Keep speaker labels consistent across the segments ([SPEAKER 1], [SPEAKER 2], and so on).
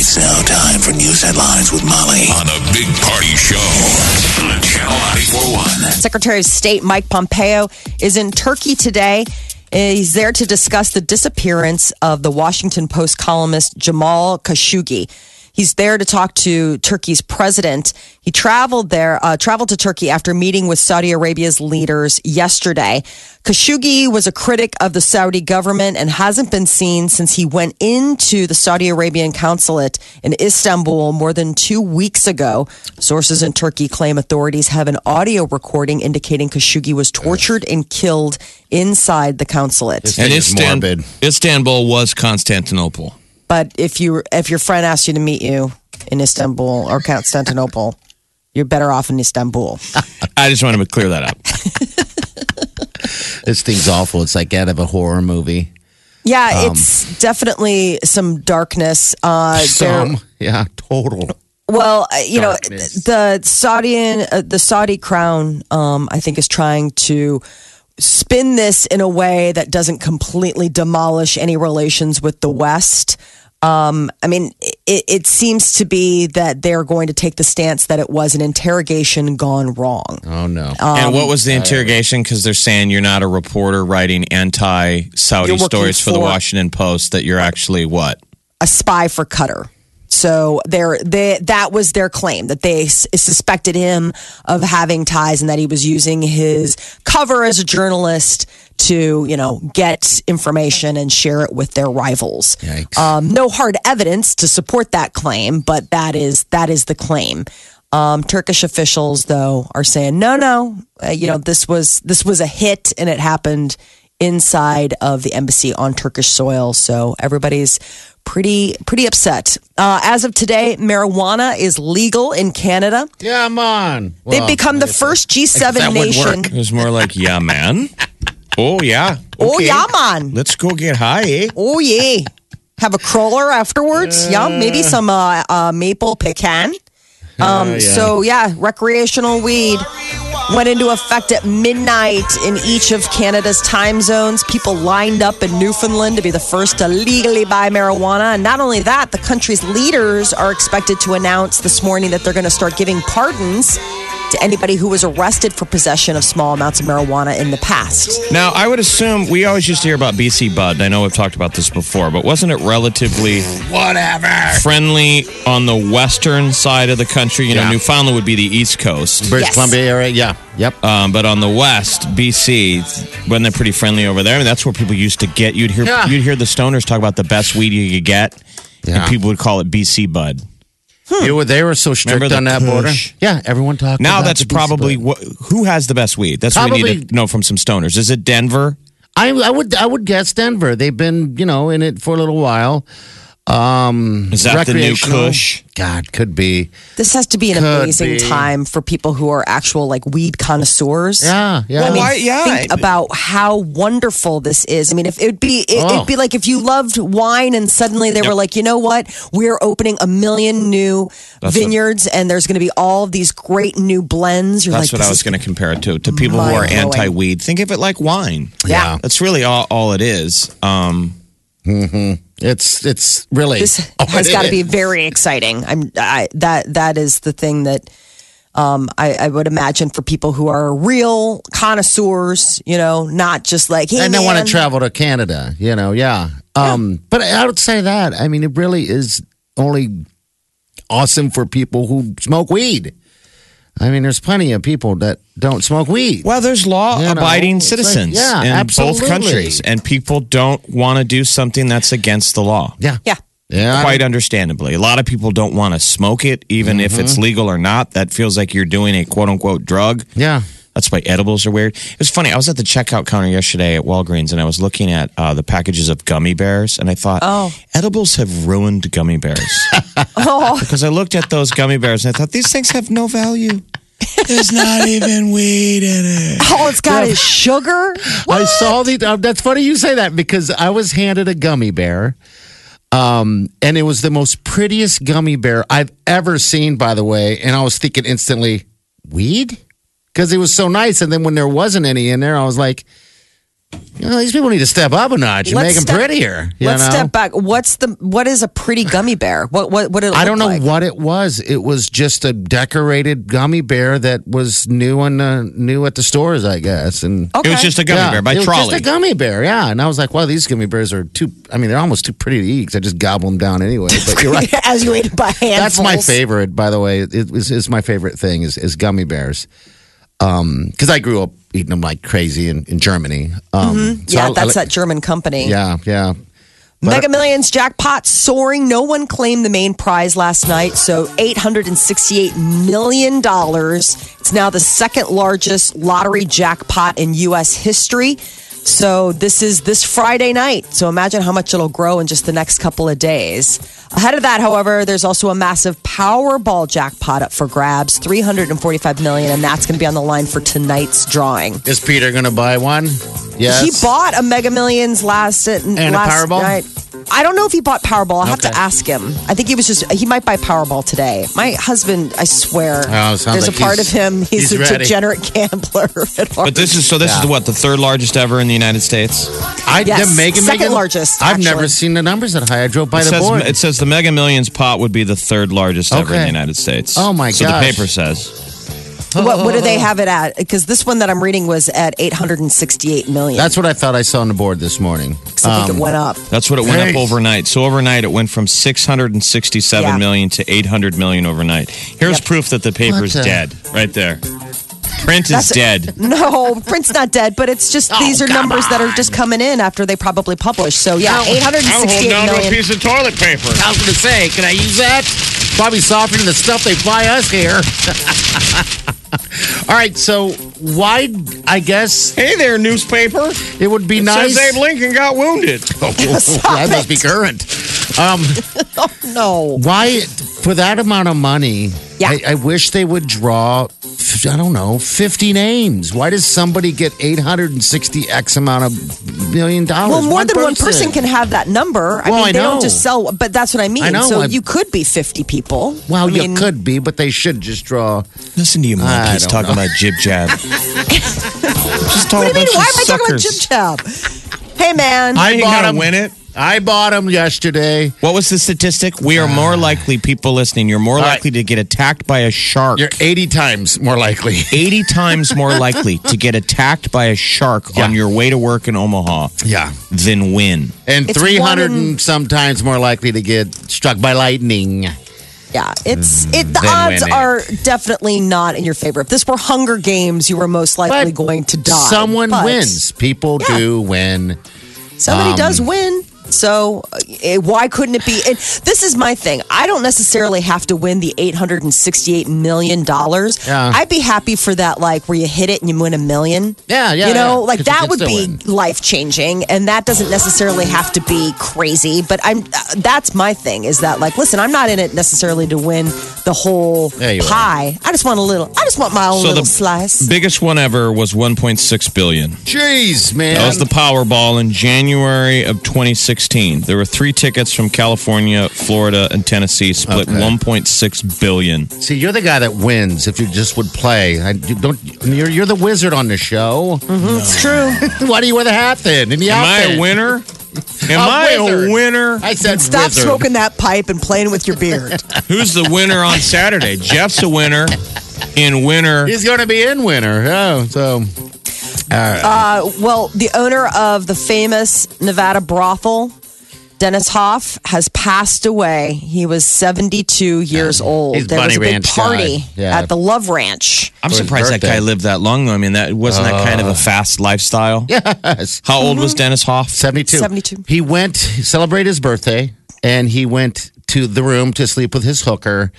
[SPEAKER 1] It's now time for news headlines with Molly on a big party show on Channel 941.
[SPEAKER 2] Secretary of State Mike Pompeo is in Turkey today. He's there to discuss the disappearance of the Washington Post columnist Jamal Khashoggi. He's there to talk to Turkey's president. He traveled there, uh, traveled to Turkey after meeting with Saudi Arabia's leaders yesterday. Khashoggi was a critic of the Saudi government and hasn't been seen since he went into the Saudi Arabian consulate in Istanbul more than two weeks ago. Sources in Turkey claim authorities have an audio recording indicating Khashoggi was tortured and killed inside the consulate.
[SPEAKER 3] And
[SPEAKER 4] It's
[SPEAKER 3] Istan-
[SPEAKER 4] morbid.
[SPEAKER 3] Istanbul was Constantinople.
[SPEAKER 2] But if you if your friend asks you to meet you in Istanbul or Constantinople, you're better off in Istanbul.
[SPEAKER 3] I just wanted to clear that up.
[SPEAKER 4] This thing's awful. It's like out of a horror movie.
[SPEAKER 2] Yeah, it's definitely some darkness. Uh, there-
[SPEAKER 4] Some, yeah, total.
[SPEAKER 2] well, uh, you
[SPEAKER 4] Darkness.
[SPEAKER 2] know, the Saudi uh, the Saudi crown, um, I think, is trying to spin this in a way that doesn't completely demolish any relations with the West. Um, I mean, it, it seems to be that they're going to take the stance that it was an interrogation gone wrong.
[SPEAKER 4] Oh no.
[SPEAKER 3] and what was the
[SPEAKER 2] Um,
[SPEAKER 3] interrogation? Because they're saying you're not a reporter writing anti-Saudi
[SPEAKER 2] You're working
[SPEAKER 3] stories for, the
[SPEAKER 2] for-
[SPEAKER 3] Washington Post. That you're actually what?
[SPEAKER 2] a spy for Cutter. So there, they, that was their claim that they s- suspected him of having ties and that he was using his cover as a journalist to, you know, get information and share it with their rivals.
[SPEAKER 4] Yikes.
[SPEAKER 2] Um, no hard evidence to support that claim, but that is that is the claim. Um, Turkish officials, though, are saying no, no. Uh, you know, this was this was a hit, and it happened inside of the embassy on Turkish soil. So everybody's pretty pretty upset. Uh, as of today, marijuana is legal in Canada.
[SPEAKER 4] Come on.
[SPEAKER 2] They've
[SPEAKER 4] Well,
[SPEAKER 2] become the first G7
[SPEAKER 4] that would
[SPEAKER 2] nation.
[SPEAKER 3] It was more like, yeah, man. Oh yeah.
[SPEAKER 2] Oh
[SPEAKER 3] Okay.
[SPEAKER 2] yeah, man.
[SPEAKER 3] Let's go get high, eh?
[SPEAKER 2] Oh yeah. Have a crawler afterwards. yeah, maybe some uh, uh, maple pecan. Um,
[SPEAKER 4] yeah.
[SPEAKER 2] So yeah, recreational weed went into effect at midnight in each of Canada's time zones. People lined up in Newfoundland to be the first to legally buy marijuana. And not only that, the country's leaders are expected to announce this morning that they're going to start giving pardons to anybody who was arrested for possession of small amounts of marijuana in the past.
[SPEAKER 3] Now, I would assume we always used to hear about BC Bud. and I know we've talked about this before, but wasn't it relatively
[SPEAKER 4] whatever.
[SPEAKER 3] friendly on the western side of the country? You know,
[SPEAKER 4] Yeah.
[SPEAKER 3] Newfoundland would be the east coast.
[SPEAKER 4] British
[SPEAKER 2] Yes.
[SPEAKER 4] Columbia area. Yeah. Yep.
[SPEAKER 3] Um, but on the west, BC, wasn't it pretty friendly over there? I mean, that's where people used to get. You'd hear
[SPEAKER 4] Yeah.
[SPEAKER 3] you'd hear the stoners talk about the best weed you could get,
[SPEAKER 4] Yeah.
[SPEAKER 3] and people would call it BC bud.
[SPEAKER 4] You were, they were so strict
[SPEAKER 3] Hmm. Remember the
[SPEAKER 4] on that border.
[SPEAKER 3] Kush?
[SPEAKER 4] Yeah. Everyone talked.
[SPEAKER 3] Now
[SPEAKER 4] about
[SPEAKER 3] that's
[SPEAKER 4] the beast
[SPEAKER 3] probably
[SPEAKER 4] bird.
[SPEAKER 3] what, who has the best weed. That's what we need
[SPEAKER 4] Probably-
[SPEAKER 3] to know from some stoners. Is it Denver?
[SPEAKER 4] I, I would. I would guess Denver. They've been, you know, in it for a little while. Um,
[SPEAKER 3] Is that the new
[SPEAKER 4] Recreational.
[SPEAKER 3] Kush?
[SPEAKER 4] God, could be.
[SPEAKER 2] This has to be an
[SPEAKER 4] Could
[SPEAKER 2] amazing
[SPEAKER 4] be.
[SPEAKER 2] time for people who are actual like weed connoisseurs.
[SPEAKER 4] Yeah, yeah.
[SPEAKER 2] I mean,
[SPEAKER 3] Why- yeah.
[SPEAKER 2] think about how wonderful this is. I mean, if it'd be, it,
[SPEAKER 4] Oh.
[SPEAKER 2] it'd be like if you loved wine and suddenly they were like, you know what? We're opening a million new
[SPEAKER 3] what-
[SPEAKER 2] vineyards, and there's going to be all of these great new blends. You're
[SPEAKER 3] That's
[SPEAKER 2] like,
[SPEAKER 3] what I
[SPEAKER 2] this
[SPEAKER 3] was
[SPEAKER 2] is-
[SPEAKER 3] going to compare it to. To people who are
[SPEAKER 2] mind-blowing.
[SPEAKER 3] anti weed, think of it like wine.
[SPEAKER 2] Yeah.
[SPEAKER 3] That's really all, all it is. Um,
[SPEAKER 4] It's it's really.
[SPEAKER 2] This
[SPEAKER 4] Oh,
[SPEAKER 2] has
[SPEAKER 4] it
[SPEAKER 2] got to be
[SPEAKER 4] is.
[SPEAKER 2] very exciting. I'm I, that that is the thing that um, I, I would imagine for people who are real connoisseurs, you know, not just like hey,
[SPEAKER 4] and they want
[SPEAKER 2] man,
[SPEAKER 4] to travel to Canada, you know, yeah. Um, But outside of that, I mean, it really is only awesome for people who smoke weed. I mean, there's plenty of people that don't smoke weed.
[SPEAKER 3] Well, there's
[SPEAKER 4] You know,
[SPEAKER 3] law-abiding
[SPEAKER 4] it's like-
[SPEAKER 3] citizens
[SPEAKER 4] yeah,
[SPEAKER 3] in
[SPEAKER 4] absolutely.
[SPEAKER 3] both countries, and people don't want to do something that's against the law.
[SPEAKER 4] Yeah.
[SPEAKER 2] Yeah.
[SPEAKER 4] Yeah.
[SPEAKER 3] Quite understandably, a lot of people don't
[SPEAKER 4] Mm-hmm.
[SPEAKER 3] want to smoke it, even if it's legal or not. That feels like you're doing a quote-unquote drug.
[SPEAKER 4] Yeah.
[SPEAKER 3] That's why edibles are weird. It was funny. I was at the checkout counter yesterday at Walgreens and I was looking at uh, the packages of gummy bears and I thought,
[SPEAKER 2] Oh.
[SPEAKER 3] edibles have ruined gummy bears.
[SPEAKER 4] Oh.
[SPEAKER 3] Because I looked at those gummy bears and I thought, these things have no value. There's not even weed in it.
[SPEAKER 2] All Oh, it's got is sugar.
[SPEAKER 4] I saw the. Uh, that's funny you say that because I was handed a gummy bear, um, and it was the most prettiest gummy bear I've ever seen. By the way, and I was thinking instantly, weed, because it was so nice. And then when there wasn't any in there, I was like, you know, these people need to step up a notch and
[SPEAKER 2] Let's
[SPEAKER 4] make them
[SPEAKER 2] step-
[SPEAKER 4] prettier. You
[SPEAKER 2] Let's
[SPEAKER 4] know?
[SPEAKER 2] step back. What's the what is a pretty gummy bear? What what what? It
[SPEAKER 4] I
[SPEAKER 2] look
[SPEAKER 4] don't know
[SPEAKER 2] like?
[SPEAKER 4] what it was. It was just a decorated gummy bear that was new on the new at the stores, I guess. And
[SPEAKER 2] Okay.
[SPEAKER 3] It was just a gummy
[SPEAKER 4] Yeah,
[SPEAKER 3] bear by
[SPEAKER 4] it was
[SPEAKER 3] trolley.
[SPEAKER 4] Just a gummy bear, yeah. And I was like, wow, these gummy bears are too. I mean, they're almost too pretty to eat 'cause I just gobble them down anyway. But you're right.
[SPEAKER 2] as you ate it by hand.
[SPEAKER 4] That's my favorite, by the way. It was is my favorite thing is, is gummy bears. Um, because I grew up eating them like crazy in, in Germany. Um, so
[SPEAKER 2] Mm-hmm. Yeah,
[SPEAKER 4] I- I
[SPEAKER 2] that's
[SPEAKER 4] like-
[SPEAKER 2] that German company.
[SPEAKER 4] Yeah, yeah.
[SPEAKER 2] Mega Millions jackpot soaring. No one claimed the main prize last night, so $868 million. It's now the second largest lottery jackpot in U.S. history. So this is this Friday night. So imagine how much it'll grow in just the next couple of days. Ahead of that, however, there's also a massive Powerball jackpot up for grabs, 345 million, and that's going to be on the line for tonight's drawing.
[SPEAKER 4] Is Peter gonna buy one? Yes.
[SPEAKER 2] He bought a Mega Millions last and
[SPEAKER 4] a
[SPEAKER 2] last
[SPEAKER 4] Powerball?
[SPEAKER 2] night. I don't know if he bought Powerball. I'll have to
[SPEAKER 4] Okay.
[SPEAKER 2] ask him. I think he was just he might buy Powerball today. My husband, I swear,
[SPEAKER 4] Oh, it
[SPEAKER 2] there's
[SPEAKER 4] sounds
[SPEAKER 2] a
[SPEAKER 4] like
[SPEAKER 2] part of
[SPEAKER 4] he's-
[SPEAKER 2] him. He's,
[SPEAKER 4] he's
[SPEAKER 2] a
[SPEAKER 4] ready.
[SPEAKER 2] degenerate gambler. At heart.
[SPEAKER 3] But this is so. This is
[SPEAKER 4] Yeah.
[SPEAKER 3] what the third largest ever in the United States.
[SPEAKER 4] I
[SPEAKER 2] Yes,
[SPEAKER 4] the Mega
[SPEAKER 2] second
[SPEAKER 4] Mega-
[SPEAKER 2] largest,
[SPEAKER 4] I've
[SPEAKER 2] actually.
[SPEAKER 4] never seen the numbers that high. I drove by
[SPEAKER 3] It
[SPEAKER 4] the
[SPEAKER 3] says,
[SPEAKER 4] board.
[SPEAKER 3] it says the Mega Millions pot would be the third largest ever in
[SPEAKER 4] Okay.
[SPEAKER 3] the United States.
[SPEAKER 4] Oh, my
[SPEAKER 3] So
[SPEAKER 4] gosh.
[SPEAKER 3] the paper says.
[SPEAKER 2] what, what do they have it at? Because this one that I'm reading was at 868 million.
[SPEAKER 4] That's what I thought I saw on the board this morning. Um,
[SPEAKER 2] 'Cause I think it went up.
[SPEAKER 3] That's what it went up
[SPEAKER 4] Nice.
[SPEAKER 3] overnight. So overnight it went from six hundred and
[SPEAKER 2] Yeah.
[SPEAKER 3] sixty-seven million to 800 million overnight. Here's
[SPEAKER 2] Yep.
[SPEAKER 3] proof that the paper's
[SPEAKER 4] What the-
[SPEAKER 3] dead right there. Print is
[SPEAKER 2] That's-
[SPEAKER 3] dead.
[SPEAKER 2] No, Print's not dead, but it's just
[SPEAKER 4] Oh,
[SPEAKER 2] these are numbers that are just coming in after they probably publish. So yeah, 868 million.
[SPEAKER 3] of toilet paper.
[SPEAKER 4] I was going to say, can I use that? Probably softening the stuff they buy us here. All right, so why? I guess
[SPEAKER 3] Hey there, newspaper.
[SPEAKER 4] it would be nice.
[SPEAKER 3] Lincoln got wounded.
[SPEAKER 4] that must be current. Um,
[SPEAKER 2] No,
[SPEAKER 4] why for that amount of money?
[SPEAKER 2] Yeah.
[SPEAKER 4] I, I wish they would draw. f- I don't know, fifty names. Why does somebody get eight hundred and sixty x amount of million dollars?
[SPEAKER 2] Well, more than one person can have that number. I
[SPEAKER 4] Well,
[SPEAKER 2] mean,
[SPEAKER 4] I
[SPEAKER 2] they don't
[SPEAKER 4] know.
[SPEAKER 2] just sell, but that's what I mean.
[SPEAKER 4] I know.
[SPEAKER 2] So
[SPEAKER 4] I-
[SPEAKER 2] you could be 50 people.
[SPEAKER 4] Well,
[SPEAKER 2] I
[SPEAKER 4] you
[SPEAKER 2] mean,
[SPEAKER 4] could be, but they should just draw.
[SPEAKER 3] Listen to you
[SPEAKER 4] I
[SPEAKER 3] monkeys
[SPEAKER 4] don't
[SPEAKER 3] talking
[SPEAKER 4] know.
[SPEAKER 3] about jib jab. Just talking
[SPEAKER 2] What do you mean?
[SPEAKER 3] about
[SPEAKER 2] Why am I talking about
[SPEAKER 3] suckers.
[SPEAKER 2] Jib Jab? Hey, man.
[SPEAKER 3] I ain't
[SPEAKER 4] bought
[SPEAKER 3] gonna
[SPEAKER 4] 'em.
[SPEAKER 3] win it.
[SPEAKER 4] I bought them yesterday.
[SPEAKER 3] What was the statistic? We are more likely, people listening, you're more
[SPEAKER 4] All
[SPEAKER 3] likely to get attacked by a shark.
[SPEAKER 4] You're 80 times more likely.
[SPEAKER 3] 80 times more likely to get attacked by a shark
[SPEAKER 4] Yeah.
[SPEAKER 3] on your way to work in Omaha
[SPEAKER 4] Yeah.
[SPEAKER 3] than win.
[SPEAKER 4] And
[SPEAKER 2] It's
[SPEAKER 4] 300
[SPEAKER 2] one in-
[SPEAKER 4] and sometimes more likely to get struck by lightning.
[SPEAKER 2] yeah, it's it. The
[SPEAKER 4] Mm, Then
[SPEAKER 2] odds
[SPEAKER 4] win it.
[SPEAKER 2] are definitely not in your favor. If this were Hunger Games, you were most likely
[SPEAKER 4] But
[SPEAKER 2] going to die.
[SPEAKER 4] Someone
[SPEAKER 2] But
[SPEAKER 4] wins. Um, People
[SPEAKER 2] Yeah.
[SPEAKER 4] do win.
[SPEAKER 2] Somebody does win. So uh, eh, why couldn't it be? And this is my thing. I don't necessarily have to win the eight hundred and sixty-eight million dollars.
[SPEAKER 4] Yeah.
[SPEAKER 2] I'd be happy for that, like where you hit it and you win a million.
[SPEAKER 4] Yeah, yeah,
[SPEAKER 2] You know,
[SPEAKER 4] yeah.
[SPEAKER 2] like
[SPEAKER 4] 'Cause you
[SPEAKER 2] that
[SPEAKER 4] can
[SPEAKER 2] would
[SPEAKER 4] still
[SPEAKER 2] be
[SPEAKER 4] win.
[SPEAKER 2] life changing, and that doesn't necessarily have to be crazy. But I'm uh, that's my thing is that like, listen, I'm not in it necessarily to win the whole
[SPEAKER 4] Yeah, you are.
[SPEAKER 2] pie. I just want a little. I just want my own little slice.
[SPEAKER 3] biggest one ever was 1.6 billion.
[SPEAKER 4] Jeez, man.
[SPEAKER 3] That was the Powerball in January of 2016. There were three tickets from California, Florida, and Tennessee, split
[SPEAKER 4] Okay.
[SPEAKER 3] 1.6 billion.
[SPEAKER 4] See, you're the guy that wins if you just would play. I, you don't. You're, you're the wizard on the show.
[SPEAKER 2] It's true.
[SPEAKER 4] Why do you wear the hat then? And the
[SPEAKER 3] Am I
[SPEAKER 4] outfit?
[SPEAKER 3] a winner? Am I
[SPEAKER 4] wizard.
[SPEAKER 3] a winner?
[SPEAKER 4] I said
[SPEAKER 2] Stop
[SPEAKER 4] wizard.
[SPEAKER 2] smoking that pipe and playing with your beard.
[SPEAKER 3] Who's the winner on Saturday? Jeff's a winner. In winner,
[SPEAKER 4] He's going to be in winner. Oh, so
[SPEAKER 2] Uh, Well, the owner of the famous Nevada brothel, Dennis Hoff, has passed away. He was 72 years old.
[SPEAKER 4] he's
[SPEAKER 2] there was
[SPEAKER 4] Bunny
[SPEAKER 2] a big
[SPEAKER 4] Ranch
[SPEAKER 2] party
[SPEAKER 4] guy. Yeah.
[SPEAKER 2] at the Love Ranch.
[SPEAKER 3] I'm
[SPEAKER 4] For his
[SPEAKER 3] surprised that
[SPEAKER 4] birthday. Uh.
[SPEAKER 3] guy lived that long. though. I mean, that wasn't that kind of a fast lifestyle.
[SPEAKER 4] yes. Mm-hmm.
[SPEAKER 3] How old was Dennis Hoff?
[SPEAKER 4] 72.
[SPEAKER 2] 72.
[SPEAKER 4] He went celebrate his birthday and he went to the room to sleep with his hooker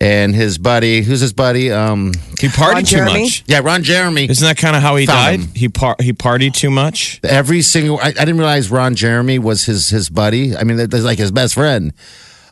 [SPEAKER 4] and his buddy, who's his buddy? Um,
[SPEAKER 3] He partied
[SPEAKER 2] Ron
[SPEAKER 3] too
[SPEAKER 2] Jeremy?
[SPEAKER 3] much.
[SPEAKER 4] yeah, Ron Jeremy.
[SPEAKER 3] Isn't that kind of how he
[SPEAKER 4] Found
[SPEAKER 3] died?
[SPEAKER 4] him.
[SPEAKER 3] He par- he partied too much.
[SPEAKER 4] Every single, I, I didn't realize Ron Jeremy was his his buddy. I mean, that- that's like his best friend.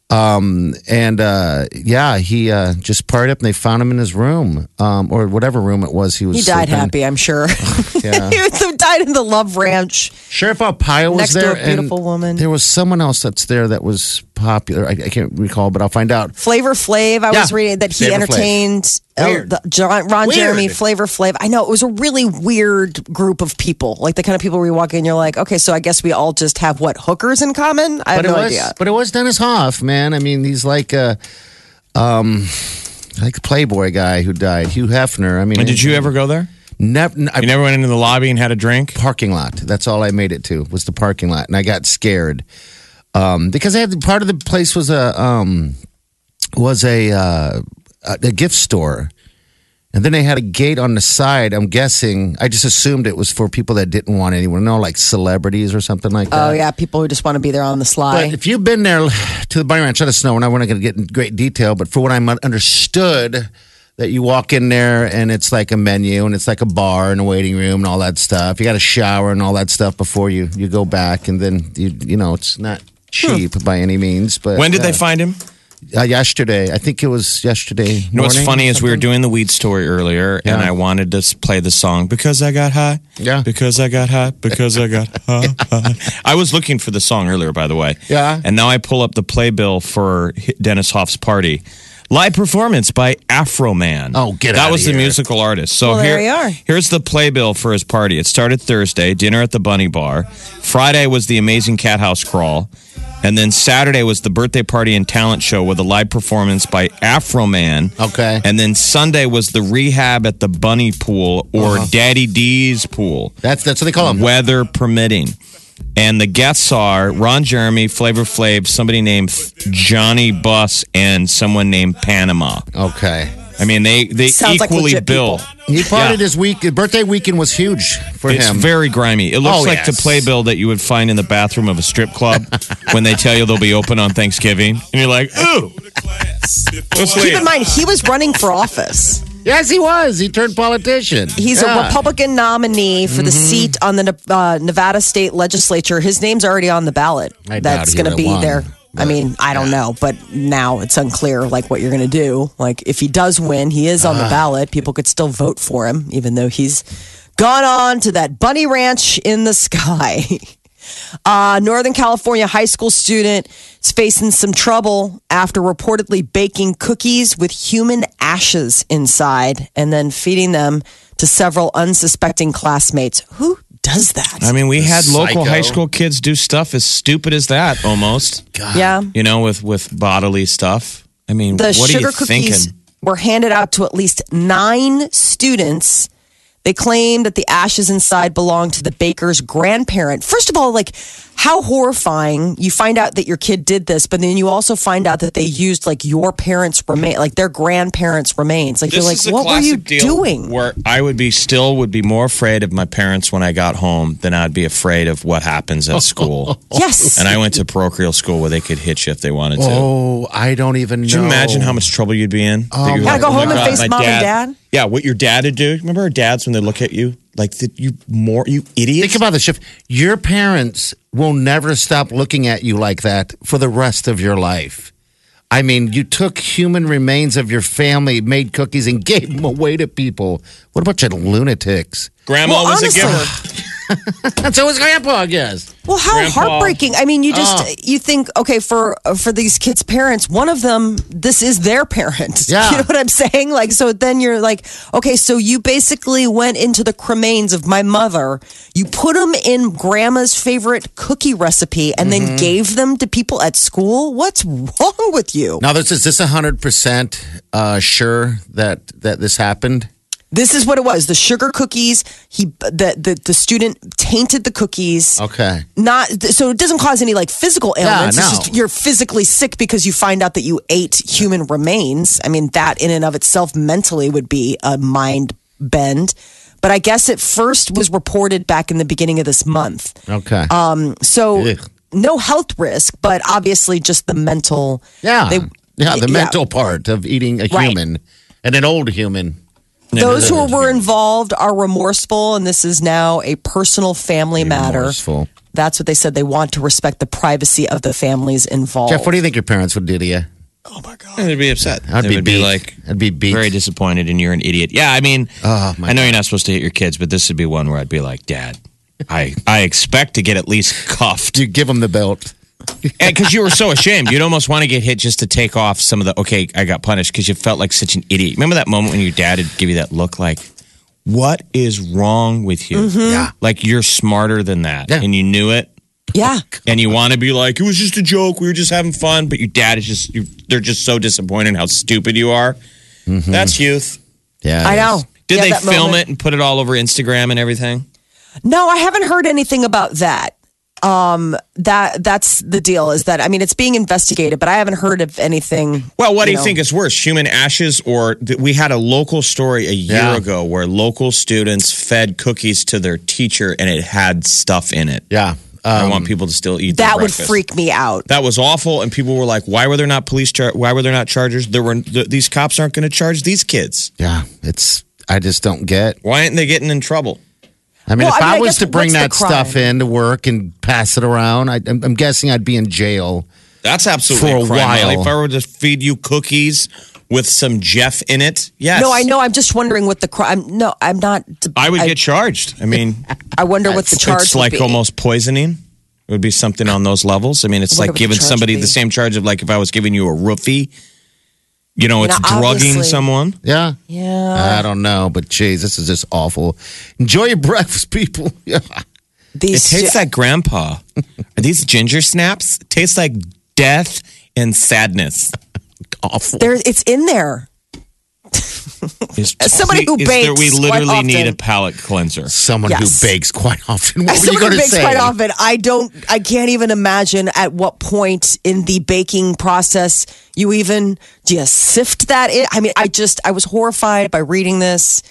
[SPEAKER 4] Um, and uh, yeah, he uh, just parted up, and they found him in his room, um, or whatever room it was. He was
[SPEAKER 2] He died
[SPEAKER 4] sleeping.
[SPEAKER 2] happy, I'm sure.
[SPEAKER 4] Yeah.
[SPEAKER 2] he was- died in the Love Ranch.
[SPEAKER 4] Sheriff Alpayo was
[SPEAKER 2] Next to
[SPEAKER 4] there.
[SPEAKER 2] a beautiful
[SPEAKER 4] and
[SPEAKER 2] woman.
[SPEAKER 4] There was someone else that's there that was popular. I, I can't recall, but I'll find out.
[SPEAKER 2] Flavor Flav, I
[SPEAKER 4] Yeah.
[SPEAKER 2] was reading that he
[SPEAKER 4] Flavor Flav.
[SPEAKER 2] entertained uh,
[SPEAKER 4] Weird.
[SPEAKER 2] the, John, Ron
[SPEAKER 4] Weird.
[SPEAKER 2] Jeremy, Flavor Flav. I know it was a really weird group of people, like the kind of people where you walk in, and you're like, okay, so I guess we all just have what hookers in common. I have
[SPEAKER 4] but
[SPEAKER 2] no
[SPEAKER 4] it was,
[SPEAKER 2] idea.
[SPEAKER 4] But it was Dennis Hoff, man. I mean, he's like a, um, like the Playboy guy who died, Hugh Hefner. I mean,
[SPEAKER 3] And did you ever go there?
[SPEAKER 4] Never. I,
[SPEAKER 3] You never went into the lobby and had a drink.
[SPEAKER 4] parking lot. That's all I made it to was the parking lot, and I got scared um, because I had part of the place was a um, was a uh, a a gift store, and then they had a gate on the side. I'm guessing I just assumed it was for people that didn't want anyone to know, like celebrities or something like that.
[SPEAKER 2] Oh yeah, people who just want to be there on the sly.
[SPEAKER 4] But if you've been there to the Bunny Ranch, let us know. We're not, we're not going to get in great detail, but for what I mu- understood, that you walk in there and it's like a menu and it's like a bar and a waiting room and all that stuff. You got a shower and all that stuff before you you go back, and then you you know it's not cheap by any means. But
[SPEAKER 3] When did they
[SPEAKER 4] uh,
[SPEAKER 3] find him?
[SPEAKER 4] uh, yesterday? I think it was yesterday.
[SPEAKER 3] You know what's
[SPEAKER 4] morning
[SPEAKER 3] funny
[SPEAKER 4] or
[SPEAKER 3] is we were doing the weed story earlier, and I wanted to s- play the song because I got high.
[SPEAKER 4] Yeah.
[SPEAKER 3] Because I got high. Because I got high. I was looking for the song earlier, by the way.
[SPEAKER 4] Yeah.
[SPEAKER 3] And now I pull up the playbill for Hi- Dennis Hoff's party. Live performance by Afro Man.
[SPEAKER 4] Oh, get
[SPEAKER 3] That
[SPEAKER 4] outta
[SPEAKER 3] was the
[SPEAKER 4] here.
[SPEAKER 3] musical artist. So
[SPEAKER 2] Well,
[SPEAKER 3] here
[SPEAKER 2] there you are.
[SPEAKER 3] Here's the playbill for his party. It started Thursday, dinner at the Bunny Bar. Friday was the amazing cat house crawl. And then Saturday was the birthday party and talent show with a live performance by Afro Man.
[SPEAKER 4] Okay.
[SPEAKER 3] And then Sunday was the rehab at the Bunny Pool or Daddy D's pool,
[SPEAKER 4] That's that's what they call them.
[SPEAKER 3] weather permitting. And the guests are Ron Jeremy, Flavor Flav, somebody named Johnny Bus, and someone named Panama.
[SPEAKER 4] okay.
[SPEAKER 3] I mean, they they
[SPEAKER 2] Sounds like
[SPEAKER 3] equally
[SPEAKER 2] legit
[SPEAKER 3] bill.
[SPEAKER 2] people.
[SPEAKER 4] He parted
[SPEAKER 3] Yeah.
[SPEAKER 4] his week. His birthday weekend was huge for
[SPEAKER 3] It's
[SPEAKER 4] him.
[SPEAKER 3] very grimy. It looks
[SPEAKER 4] Oh,
[SPEAKER 3] like the
[SPEAKER 4] yes.
[SPEAKER 3] playbill that you would find in the bathroom of a strip club when they tell you they'll be open on Thanksgiving, and you're like, "Ooh, what's
[SPEAKER 2] Keep in
[SPEAKER 3] later?"
[SPEAKER 2] mind, he was running for office.
[SPEAKER 4] yes, he was. He turned politician.
[SPEAKER 2] He's a
[SPEAKER 4] Yeah. Mm-hmm.
[SPEAKER 2] Republican nominee for the seat on the Ne- uh, Nevada state legislature. His name's already on the ballot.
[SPEAKER 4] I doubt
[SPEAKER 2] That's
[SPEAKER 4] he
[SPEAKER 2] going
[SPEAKER 4] would've
[SPEAKER 2] to be
[SPEAKER 4] won,
[SPEAKER 2] there. I
[SPEAKER 4] but,
[SPEAKER 2] mean, I don't know, but now it's unclear like what you're going to do. Like if he does win, he is
[SPEAKER 4] Ah.
[SPEAKER 2] on the ballot. People could still vote for him, even though he's gone on to that bunny ranch in the sky. A Uh, Northern California high school student is facing some trouble after reportedly baking cookies with human ashes inside and then feeding them to several unsuspecting classmates. Who does that?
[SPEAKER 3] I mean, we had
[SPEAKER 4] psycho.
[SPEAKER 3] local high school kids do stuff as stupid as that, almost.
[SPEAKER 2] yeah.
[SPEAKER 3] You know, with with bodily stuff. I mean,
[SPEAKER 2] The
[SPEAKER 3] what are
[SPEAKER 2] sugar
[SPEAKER 3] you
[SPEAKER 2] cookies
[SPEAKER 3] thinking?
[SPEAKER 2] were handed out to at least nine students. They claimed that the ashes inside belonged to the baker's grandparent. First of all, like how horrifying. You find out that your kid did this, but then you also find out that they used like your parents' remain, like their grandparents' remains. Like you're like, what were you doing?
[SPEAKER 3] Where I would be still would be more afraid of my parents when I got home than I'd be afraid of what happens at school.
[SPEAKER 2] Yes.
[SPEAKER 3] And I went to parochial school where they could hit you if they wanted to.
[SPEAKER 4] Oh, I don't even
[SPEAKER 3] Could
[SPEAKER 4] know.
[SPEAKER 3] you imagine how much trouble you'd be in? That
[SPEAKER 4] my
[SPEAKER 3] you're like,
[SPEAKER 4] Gotta go home
[SPEAKER 3] Oh my
[SPEAKER 4] and
[SPEAKER 3] God,
[SPEAKER 2] face
[SPEAKER 3] my
[SPEAKER 2] mom and dad?
[SPEAKER 3] Yeah, what your dad would do. Remember our dads when they look at you like that? You more you idiot.
[SPEAKER 4] Think about this, Chef. Your parents will never stop looking at you like that for the rest of your life. I mean, you took human remains of your family, made cookies, and gave them away to people. What a bunch of lunatics.
[SPEAKER 3] Grandma
[SPEAKER 2] Well,
[SPEAKER 3] was
[SPEAKER 2] honestly-
[SPEAKER 3] a giver.
[SPEAKER 4] And so was Grandpa, I guess.
[SPEAKER 2] Well, how
[SPEAKER 3] Grandpa.
[SPEAKER 2] heartbreaking! I mean, you just you think, okay, for for these kids' parents, one of them, this is their parent.
[SPEAKER 4] Yeah.
[SPEAKER 2] you know what I'm saying? Like, so then you're like, okay, so you basically went into the cremains of my mother, you put them in grandma's favorite cookie recipe, and then gave them to people at school. What's wrong with you?
[SPEAKER 4] Now, this is this 100% uh, sure that, that this happened?
[SPEAKER 2] This is what it was: the sugar cookies. He the the, the student tainted the cookies.
[SPEAKER 4] Okay.
[SPEAKER 2] not th- so it doesn't cause any like physical ailments.
[SPEAKER 4] no.
[SPEAKER 2] It's just you're physically sick because you find out that you ate human remains. I mean, that in and of itself mentally would be a mind bend. But I guess it first was reported back in the beginning of this month.
[SPEAKER 4] Okay.
[SPEAKER 2] Um, so
[SPEAKER 4] Ugh.
[SPEAKER 2] no health risk, but obviously just the mental.
[SPEAKER 4] Yeah.
[SPEAKER 2] They
[SPEAKER 4] Yeah, the
[SPEAKER 2] Yeah.
[SPEAKER 4] mental part of eating a
[SPEAKER 2] Right.
[SPEAKER 4] human and an old human.
[SPEAKER 2] Those who were involved are remorseful, and this is now a personal family matter.
[SPEAKER 4] Remorseful.
[SPEAKER 2] That's what they said. They want to respect the privacy of the families involved.
[SPEAKER 4] Jeff, what do you think your parents would do to you?
[SPEAKER 3] They'd be upset.
[SPEAKER 4] Oh I'd
[SPEAKER 3] They
[SPEAKER 4] be
[SPEAKER 3] would
[SPEAKER 4] beat.
[SPEAKER 3] be like,
[SPEAKER 4] I'd be beat.
[SPEAKER 3] very disappointed, and you're an idiot. Yeah, I mean,
[SPEAKER 4] Oh, my
[SPEAKER 3] I know you're not supposed to hit your kids, but this would be one where I'd be like, Dad, I I expect to get at least cuffed
[SPEAKER 4] You give them the belt.
[SPEAKER 3] because you were so ashamed. You'd almost want to get hit just to take off some of the. Okay, I got punished because you felt like such an idiot. Remember that moment when your dad would give you that look, like, "What is wrong with you?
[SPEAKER 2] Mm-hmm. Mm.
[SPEAKER 4] Yeah.
[SPEAKER 3] Like you're smarter than that,
[SPEAKER 4] Yeah.
[SPEAKER 3] and you knew it."
[SPEAKER 2] yeah.
[SPEAKER 3] and you want to be like it was just a joke we were just having fun but your dad is just you, they're just so disappointed in how stupid you are that's youth
[SPEAKER 4] Yeah.
[SPEAKER 2] I
[SPEAKER 4] it
[SPEAKER 2] know.
[SPEAKER 4] is.
[SPEAKER 2] Mm-hmm.
[SPEAKER 3] did
[SPEAKER 2] Yeah,
[SPEAKER 3] they
[SPEAKER 2] that
[SPEAKER 3] film
[SPEAKER 2] moment.
[SPEAKER 3] it and put it all over instagram and everything
[SPEAKER 2] No, I haven't heard anything about that. Um, that that's the deal. Is that I mean, it's being investigated, but I haven't heard of anything.
[SPEAKER 3] well what do you
[SPEAKER 2] know.
[SPEAKER 3] think is worse human ashes or th- we had a local story a year
[SPEAKER 4] Yeah.
[SPEAKER 3] ago where local students fed cookies to their teacher and it had stuff in it
[SPEAKER 4] Yeah.
[SPEAKER 3] i
[SPEAKER 4] Um,
[SPEAKER 3] want people to still eat their
[SPEAKER 2] That would
[SPEAKER 3] breakfast.
[SPEAKER 2] freak me out.
[SPEAKER 3] that was awful and people were like why were there not police char- why were there not chargers there were th- these cops aren't going to charge these kids
[SPEAKER 4] yeah. It's. I just don't get.
[SPEAKER 3] why aren't they getting in trouble
[SPEAKER 4] I mean,
[SPEAKER 2] Well,
[SPEAKER 4] if
[SPEAKER 2] I
[SPEAKER 4] I,
[SPEAKER 2] mean, I
[SPEAKER 4] was
[SPEAKER 2] guess
[SPEAKER 4] to bring
[SPEAKER 2] what's the
[SPEAKER 4] that stuff
[SPEAKER 2] crime?
[SPEAKER 4] in to work and pass it around, I, I'm, I'm guessing I'd be in jail.
[SPEAKER 3] That's
[SPEAKER 4] For
[SPEAKER 3] absolutely
[SPEAKER 4] a
[SPEAKER 3] crime,
[SPEAKER 4] while.
[SPEAKER 3] Molly. If I were to feed you cookies with some Jeff in it, yes.
[SPEAKER 2] No, I know. I'm just wondering what the crime. No, I'm not.
[SPEAKER 3] I would get charged. I mean,
[SPEAKER 2] I wonder what the charge.
[SPEAKER 3] it's like
[SPEAKER 2] would be.
[SPEAKER 3] almost poisoning. It would be something on those levels. I mean, it's
[SPEAKER 2] I wonder
[SPEAKER 3] like
[SPEAKER 2] what the
[SPEAKER 3] giving
[SPEAKER 2] charge
[SPEAKER 3] somebody
[SPEAKER 2] would
[SPEAKER 3] the
[SPEAKER 2] be.
[SPEAKER 3] same charge of like if I was giving you a roofie. You know, it's
[SPEAKER 2] Now,
[SPEAKER 3] drugging
[SPEAKER 2] obviously-
[SPEAKER 3] someone.
[SPEAKER 4] Yeah.
[SPEAKER 2] Yeah,
[SPEAKER 4] I don't know, but geez, this is just awful. Enjoy your breakfast, people. Yeah.
[SPEAKER 3] It
[SPEAKER 2] these.
[SPEAKER 3] tastes like grandpa. Are these ginger snaps? Taste like death and sadness.
[SPEAKER 4] Awful.
[SPEAKER 2] there, it's in there.
[SPEAKER 3] Is-
[SPEAKER 2] As somebody who
[SPEAKER 3] is there- we
[SPEAKER 2] bakes quite
[SPEAKER 3] literally need a
[SPEAKER 2] often.
[SPEAKER 3] palate cleanser.
[SPEAKER 4] Someone
[SPEAKER 2] Yes.
[SPEAKER 4] who bakes quite often. What
[SPEAKER 2] As
[SPEAKER 4] were you going
[SPEAKER 2] someone who
[SPEAKER 4] to
[SPEAKER 2] bakes
[SPEAKER 4] say?
[SPEAKER 2] quite often, I don't, I can't even imagine at what point in the baking process you even do you sift that. In? I mean, I just, I was horrified by reading this.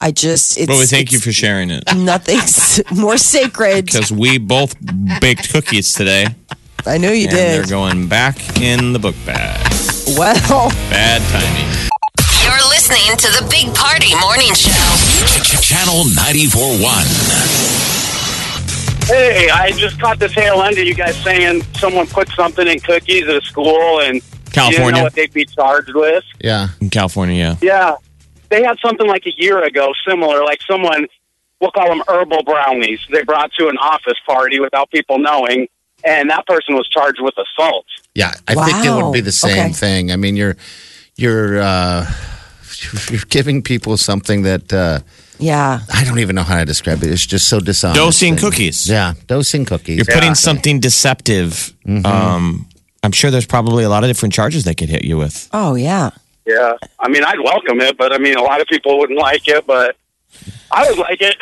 [SPEAKER 2] I just, it's,
[SPEAKER 3] Well, we thank you
[SPEAKER 2] it's-
[SPEAKER 3] for sharing it.
[SPEAKER 2] nothing's more sacred.
[SPEAKER 3] because we both baked cookies today,
[SPEAKER 2] I know you
[SPEAKER 3] and they're
[SPEAKER 2] did.
[SPEAKER 3] going back in the book bag.
[SPEAKER 2] Well,
[SPEAKER 3] Bad timing.
[SPEAKER 5] You're listening to the Big Party Morning Show.
[SPEAKER 1] Channel 94.1.
[SPEAKER 6] Hey, I just caught the tail end of you guys saying someone put something in cookies at a school and you didn't
[SPEAKER 3] California.
[SPEAKER 6] know what they'd be charged with.
[SPEAKER 4] Yeah.
[SPEAKER 3] In California, yeah.
[SPEAKER 6] Yeah, they had something like a year ago, similar, like someone we'll call them herbal brownies. They brought to an office party without people knowing, and that person was charged with assault.
[SPEAKER 4] Yeah, I think it would
[SPEAKER 2] Wow.
[SPEAKER 4] be the same
[SPEAKER 2] Okay.
[SPEAKER 4] thing. I mean, you're you're uh, you're giving people something that uh,
[SPEAKER 2] yeah.
[SPEAKER 4] I don't even know how to describe it. It's just so dishonest.
[SPEAKER 3] Dosing
[SPEAKER 4] And-
[SPEAKER 3] cookies.
[SPEAKER 4] Yeah, dosing cookies.
[SPEAKER 3] You're putting something deceptive.
[SPEAKER 4] Mm-hmm.
[SPEAKER 3] Um, I'm sure there's probably a lot of different charges they could hit you with.
[SPEAKER 2] Oh, yeah.
[SPEAKER 6] Yeah, I mean, I'd welcome it, but I mean, a lot of people wouldn't like it, but I would like it.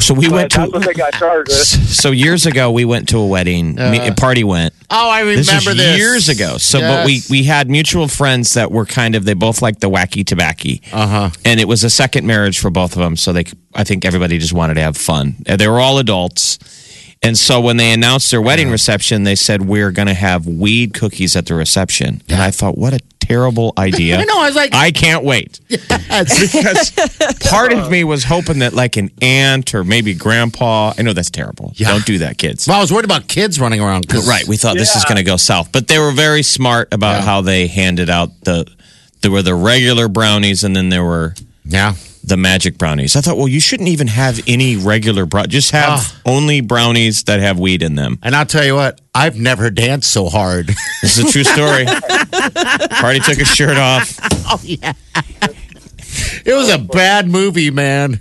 [SPEAKER 3] So we
[SPEAKER 6] But
[SPEAKER 3] went
[SPEAKER 6] that's what
[SPEAKER 3] to.
[SPEAKER 6] they got charged with.
[SPEAKER 3] So years ago, we went to a wedding. me, a party went.
[SPEAKER 4] oh, Uh, I remember
[SPEAKER 3] This
[SPEAKER 4] this,
[SPEAKER 3] was years ago. So, but we we had mutual friends that were kind of they both liked the wacky tabacky.
[SPEAKER 4] uh huh.
[SPEAKER 3] and it was a second marriage for both of them. So they, I think everybody just wanted to have fun. And They were all adults, and so when they announced their
[SPEAKER 4] Uh-huh.
[SPEAKER 3] wedding reception, they said we're going to have weed cookies at the reception. And I thought, what a terrible idea!
[SPEAKER 4] I know, I was like-
[SPEAKER 3] I can't wait. because part of me was hoping that like an aunt or maybe grandpa. I know that's terrible.
[SPEAKER 4] Yeah.
[SPEAKER 3] Don't do that, kids.
[SPEAKER 4] Well, I was worried about kids running around. 'cause-
[SPEAKER 3] Right. We thought this is going to go south, but they were very smart about how they handed out the. There were the regular brownies, and then there were
[SPEAKER 4] yeah.
[SPEAKER 3] the magic brownies. I thought, well, you shouldn't even have any regular brown. Just have
[SPEAKER 4] Ah.
[SPEAKER 3] only brownies that have weed in them.
[SPEAKER 4] And I'll tell you what, I've never danced so hard.
[SPEAKER 3] This is a true story. Party took his shirt off
[SPEAKER 4] it was a bad movie, man.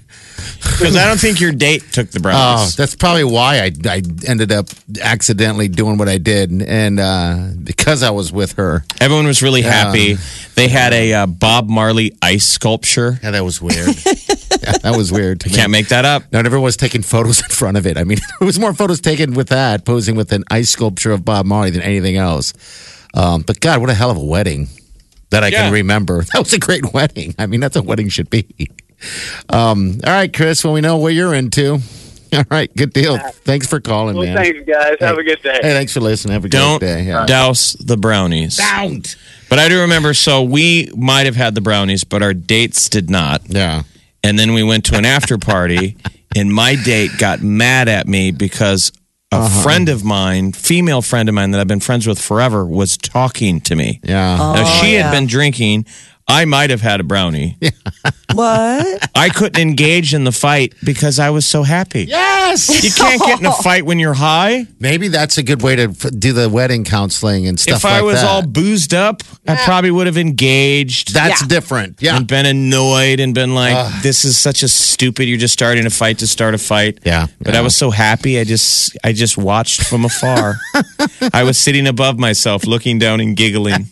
[SPEAKER 3] because I don't think your date took the
[SPEAKER 4] Oh,
[SPEAKER 3] brownies.
[SPEAKER 4] that's probably why I, I ended up accidentally doing what I did, and uh, because I was with her.
[SPEAKER 3] Everyone was really happy. They had a uh, Bob Marley ice sculpture.
[SPEAKER 4] Yeah, that was weird. yeah, that was weird. To me.
[SPEAKER 3] Can't make that up.
[SPEAKER 4] No, and everyone was taking photos in front of it. I mean, there was more photos taken with that, posing with an ice sculpture of Bob Marley than anything else. Um, but God, what a hell of a wedding that I can
[SPEAKER 3] Yeah.
[SPEAKER 4] remember. That was a great wedding. I mean, that's what wedding should be. Um, all right, Chris, well, we know what you're into. All right, good deal. Thanks for calling,
[SPEAKER 6] Well,
[SPEAKER 4] man.
[SPEAKER 6] thanks, guys. Have a good day.
[SPEAKER 4] Hey, thanks for listening. Have a
[SPEAKER 3] Don't
[SPEAKER 4] great day. Yeah.
[SPEAKER 3] douse the brownies.
[SPEAKER 4] Don't.
[SPEAKER 3] But I do remember, so we might have had the brownies, but our dates did not.
[SPEAKER 4] Yeah.
[SPEAKER 3] And then we went to an after party, and my date got mad at me because a
[SPEAKER 4] Uh-huh.
[SPEAKER 3] friend of mine, female friend of mine that I've been friends with forever, was talking to me.
[SPEAKER 4] Yeah.
[SPEAKER 3] Now, she had been drinking. I might have had a brownie.
[SPEAKER 2] What?
[SPEAKER 3] I couldn't engage in the fight because I was so happy.
[SPEAKER 4] Yes.
[SPEAKER 3] You can't get in a fight when you're high.
[SPEAKER 4] Maybe that's a good way to f- do the wedding counseling and stuff
[SPEAKER 3] if I
[SPEAKER 4] like
[SPEAKER 3] was
[SPEAKER 4] that.
[SPEAKER 3] all boozed up, I probably would have engaged.
[SPEAKER 4] that's different. Yeah.
[SPEAKER 3] and been annoyed and been like, "This is such a stupid. You're just starting a fight to start a fight."
[SPEAKER 4] Yeah,
[SPEAKER 3] But
[SPEAKER 4] yeah.
[SPEAKER 3] I was so happy. I just I just watched from afar. I was sitting above myself, looking down and giggling.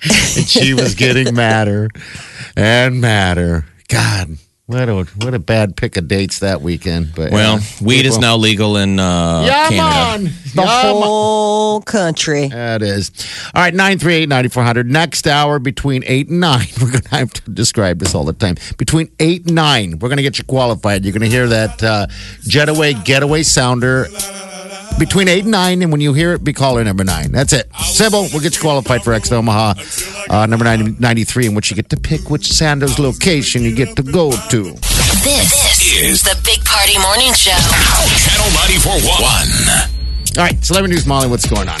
[SPEAKER 4] she was getting madder and madder. God, what a what a bad pick of dates that weekend. But uh,
[SPEAKER 3] Well,
[SPEAKER 4] yeah.
[SPEAKER 3] weed is now legal in uh,
[SPEAKER 4] yeah,
[SPEAKER 3] Canada.
[SPEAKER 4] man.
[SPEAKER 2] The
[SPEAKER 4] Yeah, man.
[SPEAKER 2] whole country.
[SPEAKER 4] That is. All right, 938 9400. Next hour between 8 and 9. We're going to have to describe this all the time. Between 8 and 9, we're going to get you qualified. You're going to hear that uh, Jetaway Getaway Sounder between 8 and 9. And when you hear it, be caller number 9. That's it. Sybil, we'll get you qualified for X Omaha, uh, number 9 93, in which you get to pick which Sando's location you get to go to.
[SPEAKER 5] This is the Big Party Morning Show.
[SPEAKER 1] Channel 941.
[SPEAKER 4] All right, Celebrity News Molly, what's going on?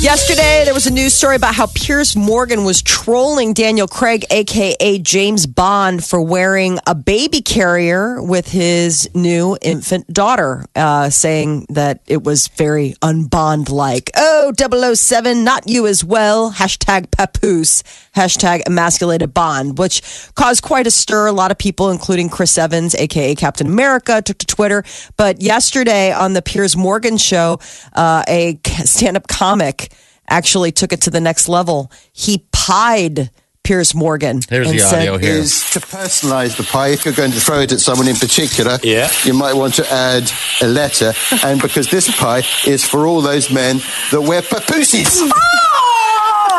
[SPEAKER 2] Yesterday, there was a news story about how Piers Morgan was trolling Daniel Craig, aka James Bond, for wearing a baby carrier with his new infant daughter, uh, saying that it was very unbond like. Oh, 007, not you as well. Hashtag papoose. Hashtag emasculated bond, which caused quite a stir. A lot of people, including Chris Evans, aka Captain America, took to Twitter. But yesterday on the Piers Morgan show, uh, a stand up comic actually took it to the next level. He pied Piers Morgan.
[SPEAKER 4] Here's
[SPEAKER 2] and
[SPEAKER 4] the
[SPEAKER 2] said,
[SPEAKER 4] audio here.
[SPEAKER 7] is to personalize the pie. If you're going to throw it at someone in particular,
[SPEAKER 8] Yeah.
[SPEAKER 7] you might want to add a letter. and because this pie is for all those men that wear papooses.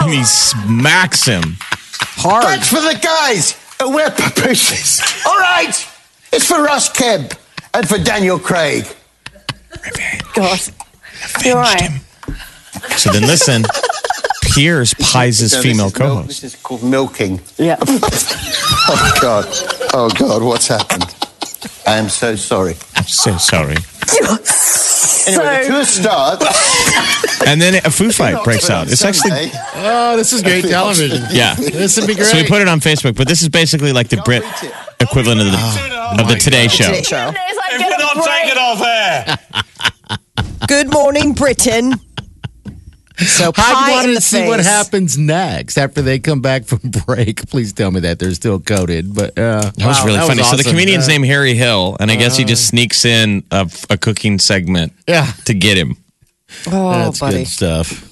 [SPEAKER 3] And he smacks him.
[SPEAKER 2] Hard.
[SPEAKER 7] Ah! That's for the guys that wear papooses. All right. It's for Russ Kemp and for Daniel Craig.
[SPEAKER 9] You're right.
[SPEAKER 3] So then listen. Piers pies his
[SPEAKER 7] No, this
[SPEAKER 3] female
[SPEAKER 7] is milk-
[SPEAKER 3] co-host.
[SPEAKER 7] This is called milking.
[SPEAKER 9] Yeah.
[SPEAKER 7] Oh, God. Oh, God. What's happened? I am so sorry.
[SPEAKER 3] I'm so sorry.
[SPEAKER 7] Anyway, the tour starts.
[SPEAKER 3] And then a food fight breaks out. It's actually
[SPEAKER 7] Sunday.
[SPEAKER 4] Oh, this is great television.
[SPEAKER 3] Yeah.
[SPEAKER 4] This would be great.
[SPEAKER 3] So we put it on Facebook, but this is basically like the Brit
[SPEAKER 7] reach it.
[SPEAKER 3] equivalent of the, of the Today Show.
[SPEAKER 2] Show.
[SPEAKER 8] If we're not taking off air,
[SPEAKER 2] Good morning, Britain. So
[SPEAKER 4] I
[SPEAKER 2] pie
[SPEAKER 4] want
[SPEAKER 2] in the
[SPEAKER 4] to see what
[SPEAKER 2] face.
[SPEAKER 4] happens next after they come back from break. Please tell me that they're still coded. But uh,
[SPEAKER 3] That was
[SPEAKER 4] wow,
[SPEAKER 3] really funny. So
[SPEAKER 4] awesome.
[SPEAKER 3] the
[SPEAKER 4] Uh.
[SPEAKER 3] comedian's
[SPEAKER 4] Yeah.
[SPEAKER 3] named Harry Hill, and I guess he just sneaks in a, a cooking segment
[SPEAKER 4] Yeah.
[SPEAKER 3] to get him.
[SPEAKER 2] Oh,
[SPEAKER 4] That's
[SPEAKER 2] buddy.
[SPEAKER 4] good stuff.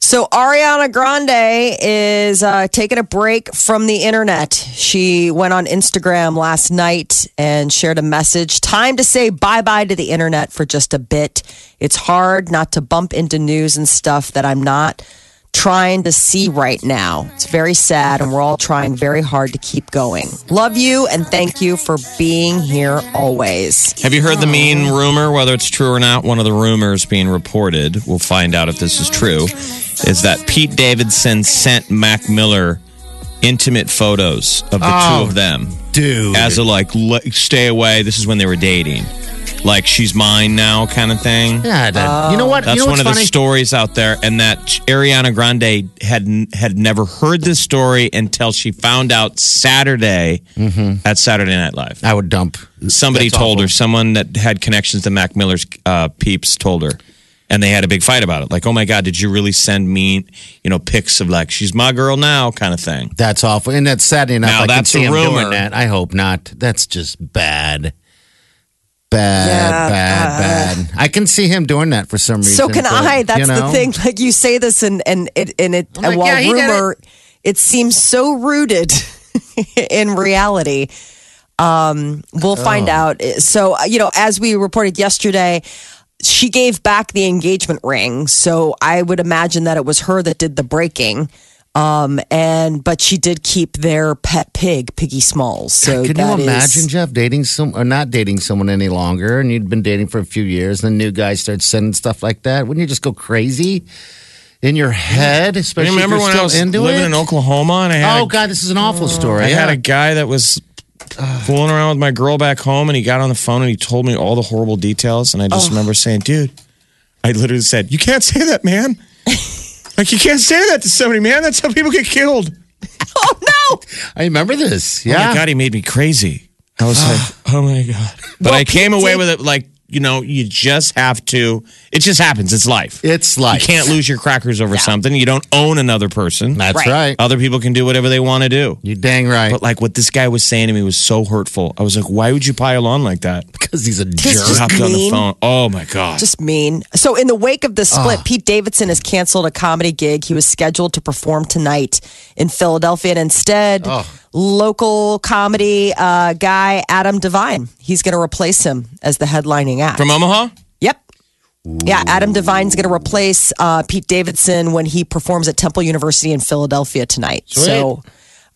[SPEAKER 2] So Ariana Grande is uh, taking a break from the internet. She went on Instagram last night and shared a message. Time to say bye bye to the internet for just a bit. It's hard not to bump into news and stuff that I'm not trying to see right now. It's very sad, and we're all trying very hard to keep going. Love you and thank you for being here always.
[SPEAKER 3] Have you heard the
[SPEAKER 4] Oh.
[SPEAKER 3] mean rumor, whether it's true or not? One of the rumors being reported, we'll find out if this is true, is that Pete Davidson sent Mac Miller intimate photos of the
[SPEAKER 4] Oh,
[SPEAKER 3] two of them.
[SPEAKER 4] Dude.
[SPEAKER 3] As a like, le- stay away. This is when they were dating. Like, she's mine now kind of thing.
[SPEAKER 4] yeah, that- uh, you know what?
[SPEAKER 3] That's
[SPEAKER 4] you know
[SPEAKER 3] one
[SPEAKER 4] what's
[SPEAKER 3] of
[SPEAKER 4] funny?
[SPEAKER 3] the stories out there, and that Ariana Grande had had never heard this story until she found out Saturday
[SPEAKER 4] Mm-hmm.
[SPEAKER 3] at Saturday Night Live.
[SPEAKER 4] I would dump.
[SPEAKER 3] Somebody
[SPEAKER 4] That's
[SPEAKER 3] told
[SPEAKER 4] awful.
[SPEAKER 3] her, someone that had connections to Mac Miller's uh, peeps told her, and they had a big fight about it. Like, oh my god, did you really send me, you know, pics of like she's my girl now kind of thing?
[SPEAKER 4] That's awful, and that's sad enough.
[SPEAKER 3] Now
[SPEAKER 4] I can
[SPEAKER 3] that's
[SPEAKER 4] see
[SPEAKER 3] a
[SPEAKER 4] him doing
[SPEAKER 3] rumor.
[SPEAKER 4] that. I hope not. That's just bad. Bad, bad, bad. I can see him doing that for some reason.
[SPEAKER 2] Uh, So can
[SPEAKER 4] but,
[SPEAKER 2] I. That's
[SPEAKER 4] you know,
[SPEAKER 2] the thing. Like you say this, and and it and it.
[SPEAKER 4] I'm like,
[SPEAKER 2] while
[SPEAKER 4] yeah, he did
[SPEAKER 2] rumor, it. seems so rooted in reality. Um, we'll
[SPEAKER 4] Oh.
[SPEAKER 2] find out. So uh, you know, as we reported yesterday. She gave back the engagement ring, so I would imagine that it was her that did the breaking. Um, and but she did keep their pet pig, Piggy Smalls. So
[SPEAKER 4] Can
[SPEAKER 2] that
[SPEAKER 4] you
[SPEAKER 2] is-
[SPEAKER 4] imagine, Jeff, dating some or not dating someone any longer, and you'd been dating for a few years, and the new guy starts sending stuff like that? Wouldn't you just go crazy in your head? Especially
[SPEAKER 3] remember
[SPEAKER 4] if you're still
[SPEAKER 3] when I was
[SPEAKER 4] into
[SPEAKER 3] living
[SPEAKER 4] it?
[SPEAKER 3] in Oklahoma and I had
[SPEAKER 4] oh
[SPEAKER 3] a,
[SPEAKER 4] God, this is an awful story.
[SPEAKER 3] I had
[SPEAKER 4] Yeah.
[SPEAKER 3] a guy that was fooling around with my girl back home, and he got on the phone and he told me all the horrible details, and I just remember saying, "Dude," I literally said, "You can't say that, man. like you can't say that to somebody, man. That's how people get killed."
[SPEAKER 2] Oh no!
[SPEAKER 4] I remember this.
[SPEAKER 3] Oh
[SPEAKER 4] Yeah.
[SPEAKER 3] my god, he made me crazy. I was like, "Oh my god!" But I came away with it like you know, you just have to. It just happens. It's life.
[SPEAKER 4] It's
[SPEAKER 3] you
[SPEAKER 4] like
[SPEAKER 3] can't lose your crackers over something. You don't own another person.
[SPEAKER 4] That's
[SPEAKER 2] Right.
[SPEAKER 4] right.
[SPEAKER 3] Other people can do whatever they want to do.
[SPEAKER 4] You dang right.
[SPEAKER 3] Oh. But like what this guy was saying to me was so hurtful. I was like, why would you pile on like that?
[SPEAKER 4] Because he's a
[SPEAKER 2] This
[SPEAKER 4] jerk.
[SPEAKER 2] is-
[SPEAKER 3] Dropped on the
[SPEAKER 2] mean.
[SPEAKER 3] phone. Oh my god.
[SPEAKER 2] Just mean. So, in the wake of the split, Pete Davidson has canceled a comedy gig he was scheduled to perform tonight in Philadelphia. And instead, local comedy uh, guy Adam Devine, he's going to replace him as the headlining act.
[SPEAKER 3] From Omaha?
[SPEAKER 4] Oh.
[SPEAKER 2] Yep. Yeah, Adam Devine's going to replace uh, Pete Davidson when he performs at Temple University in Philadelphia tonight. So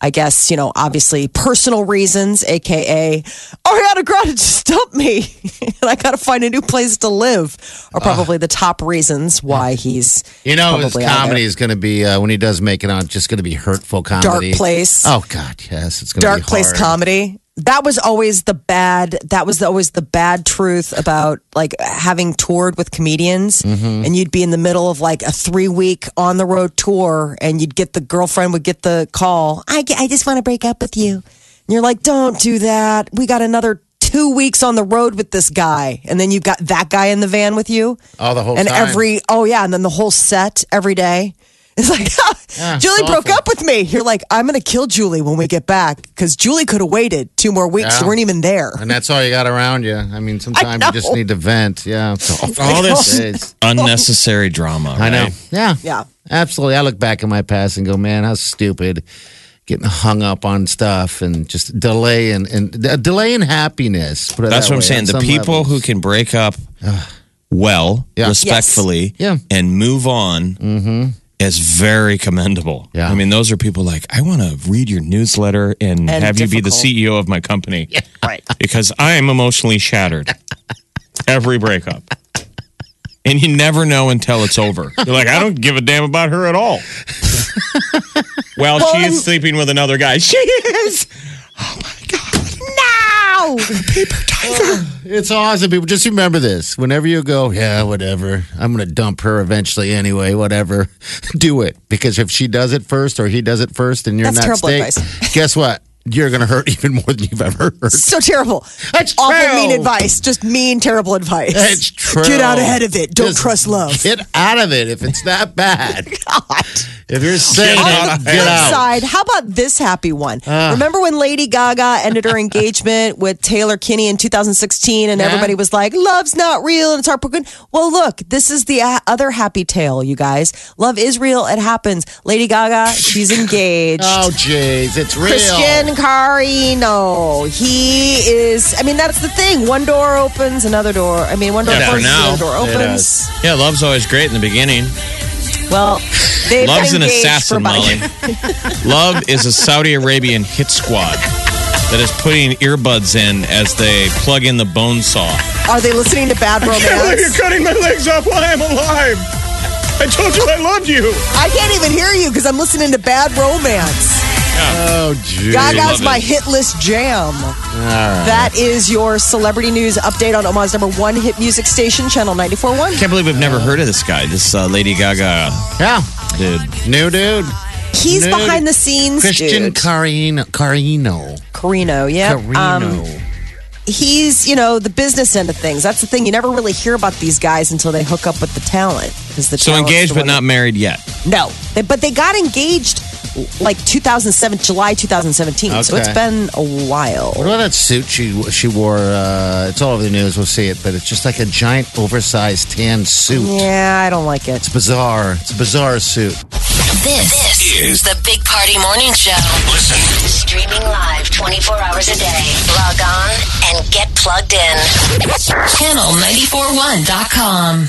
[SPEAKER 2] I guess, you know, obviously personal reasons, AKA Ariana Grande just dumped me and I got to find a new place to live are probably the top reasons why he's,
[SPEAKER 4] You know, his
[SPEAKER 2] probably out of
[SPEAKER 4] comedy
[SPEAKER 2] there.
[SPEAKER 4] is going to be, uh, when he does make it on, just going to be hurtful comedy.
[SPEAKER 2] place.
[SPEAKER 4] Oh, God, yes. It's going to be
[SPEAKER 2] dark place
[SPEAKER 4] hard.
[SPEAKER 2] comedy. That was always the bad. That was always the bad truth about like having toured with comedians,
[SPEAKER 4] Mm-hmm.
[SPEAKER 2] and you'd be in the middle of like a three week on the road tour, and you'd get the girlfriend would get the call. I ge- I just want to break up with you, and you're like, don't do that. We got another two weeks on the road with this guy, and then you've got that guy in the van with you.
[SPEAKER 4] Oh, the whole
[SPEAKER 2] and
[SPEAKER 4] time.
[SPEAKER 2] every oh yeah, and then the whole set every day. It's like
[SPEAKER 4] Yeah, it's
[SPEAKER 2] Julie broke
[SPEAKER 4] awful.
[SPEAKER 2] up with me. You're like, I'm going to kill Julie when we get back because Julie could have waited two more weeks.
[SPEAKER 4] Yeah.
[SPEAKER 2] You weren't even there.
[SPEAKER 4] And that's all you got around you. I mean, sometimes
[SPEAKER 2] know.
[SPEAKER 4] you just need to vent. Yeah. So,
[SPEAKER 3] All this
[SPEAKER 4] Jeez.
[SPEAKER 3] unnecessary drama.
[SPEAKER 4] I know.
[SPEAKER 3] right?
[SPEAKER 4] Yeah.
[SPEAKER 2] Yeah.
[SPEAKER 4] Absolutely. I look back at my past and go, man, how stupid getting hung up on stuff and just delay and, and uh, delay in happiness. put it
[SPEAKER 3] That's
[SPEAKER 4] that
[SPEAKER 3] what I'm
[SPEAKER 4] way,
[SPEAKER 3] saying.
[SPEAKER 4] on
[SPEAKER 3] The
[SPEAKER 4] some
[SPEAKER 3] people
[SPEAKER 4] levels.
[SPEAKER 3] who can break up well,
[SPEAKER 4] Yeah.
[SPEAKER 3] respectfully,
[SPEAKER 4] Yes. Yeah. Mm-hmm.
[SPEAKER 3] and move on is very commendable.
[SPEAKER 4] Yeah.
[SPEAKER 3] I mean, those are people like, I want to read your newsletter and,
[SPEAKER 2] And
[SPEAKER 3] have you be the
[SPEAKER 2] difficult.
[SPEAKER 3] CEO of my company
[SPEAKER 2] Right.
[SPEAKER 3] because I am emotionally shattered every breakup. And you never know until it's over. You're like, I don't give a damn about her at all. well, she is sleeping with another guy. She is.
[SPEAKER 2] Ow!
[SPEAKER 4] It's awesome, people. Just remember this. Whenever you go, yeah, whatever. I'm going to dump her eventually anyway, whatever. Do it. Because if she does it first or he does it first and you're
[SPEAKER 2] That's
[SPEAKER 4] not
[SPEAKER 2] terrible
[SPEAKER 4] staying,
[SPEAKER 2] advice.
[SPEAKER 4] guess what? You're going to hurt even more than you've ever hurt.
[SPEAKER 2] So terrible.
[SPEAKER 4] That's
[SPEAKER 2] Awful
[SPEAKER 4] true.
[SPEAKER 2] mean advice. Just mean, terrible advice.
[SPEAKER 4] It's true.
[SPEAKER 2] Get out ahead of it. Don't
[SPEAKER 4] Just
[SPEAKER 2] trust love.
[SPEAKER 4] Get out of it if it's that bad.
[SPEAKER 2] God.
[SPEAKER 4] If you're saying
[SPEAKER 2] On
[SPEAKER 4] it,
[SPEAKER 2] the
[SPEAKER 4] get
[SPEAKER 2] flip
[SPEAKER 4] out. Ah.
[SPEAKER 2] side, how about this happy one? Remember when Lady Gaga ended her engagement with Taylor Kinney in 2016 and everybody was like, love's not real and it's heartbroken? Well, look, this is the uh, other happy tale, you guys. Love is real. It happens. Lady Gaga, she's engaged.
[SPEAKER 4] Oh, jeez. It's real.
[SPEAKER 2] Christian Carino. He is, I mean, that's the thing. One door opens, another door. I mean, one door
[SPEAKER 3] Yeah, for
[SPEAKER 2] closes,
[SPEAKER 3] now.
[SPEAKER 2] another door
[SPEAKER 4] It
[SPEAKER 2] opens.
[SPEAKER 3] Yeah, love's always great in the beginning.
[SPEAKER 2] Well, they've
[SPEAKER 3] Love's
[SPEAKER 2] been
[SPEAKER 3] an
[SPEAKER 2] engaged for
[SPEAKER 3] assassin,
[SPEAKER 2] about-
[SPEAKER 3] Molly. Love is a Saudi Arabian hit squad that is putting earbuds in as they plug in the bone saw.
[SPEAKER 2] Are they listening to Bad Romance?
[SPEAKER 3] cutting my legs off while I'm alive. I told you I loved you.
[SPEAKER 2] I can't even hear you because I'm listening to Bad Romance.
[SPEAKER 4] Oh, jeez.
[SPEAKER 2] Gaga's
[SPEAKER 3] love it.
[SPEAKER 2] my hit list jam. That is your celebrity news update on Omaha's number one hit music station, Channel 94.1.
[SPEAKER 3] Can't believe I've never heard of this guy, this uh, Lady Gaga
[SPEAKER 4] Yeah.
[SPEAKER 3] dude.
[SPEAKER 4] New dude.
[SPEAKER 2] He's
[SPEAKER 4] Nude
[SPEAKER 2] behind the scenes,
[SPEAKER 4] Christian
[SPEAKER 2] dude.
[SPEAKER 4] Carino. Carino.
[SPEAKER 2] Carino, yeah.
[SPEAKER 4] Carino.
[SPEAKER 2] um, he's, you know, the business end of things. That's the thing. You never really hear about these guys until they hook up with the talent. 'cause The
[SPEAKER 3] So
[SPEAKER 2] talent's
[SPEAKER 3] engaged
[SPEAKER 2] the
[SPEAKER 3] but
[SPEAKER 2] one
[SPEAKER 3] not married yet.
[SPEAKER 2] that- No. They, but they got engaged like 2007, July 2017. So
[SPEAKER 4] Okay.
[SPEAKER 2] it's been a while.
[SPEAKER 4] What about that suit she she wore? Uh, it's all over the news. We'll see it, but it's just like a giant, oversized tan suit.
[SPEAKER 2] Yeah, I don't like it.
[SPEAKER 4] It's bizarre. It's a bizarre suit.
[SPEAKER 5] This, is the Big Party Morning Show. Listen. Streaming live 24 hours a day. Log on and get plugged in. Channel941.com.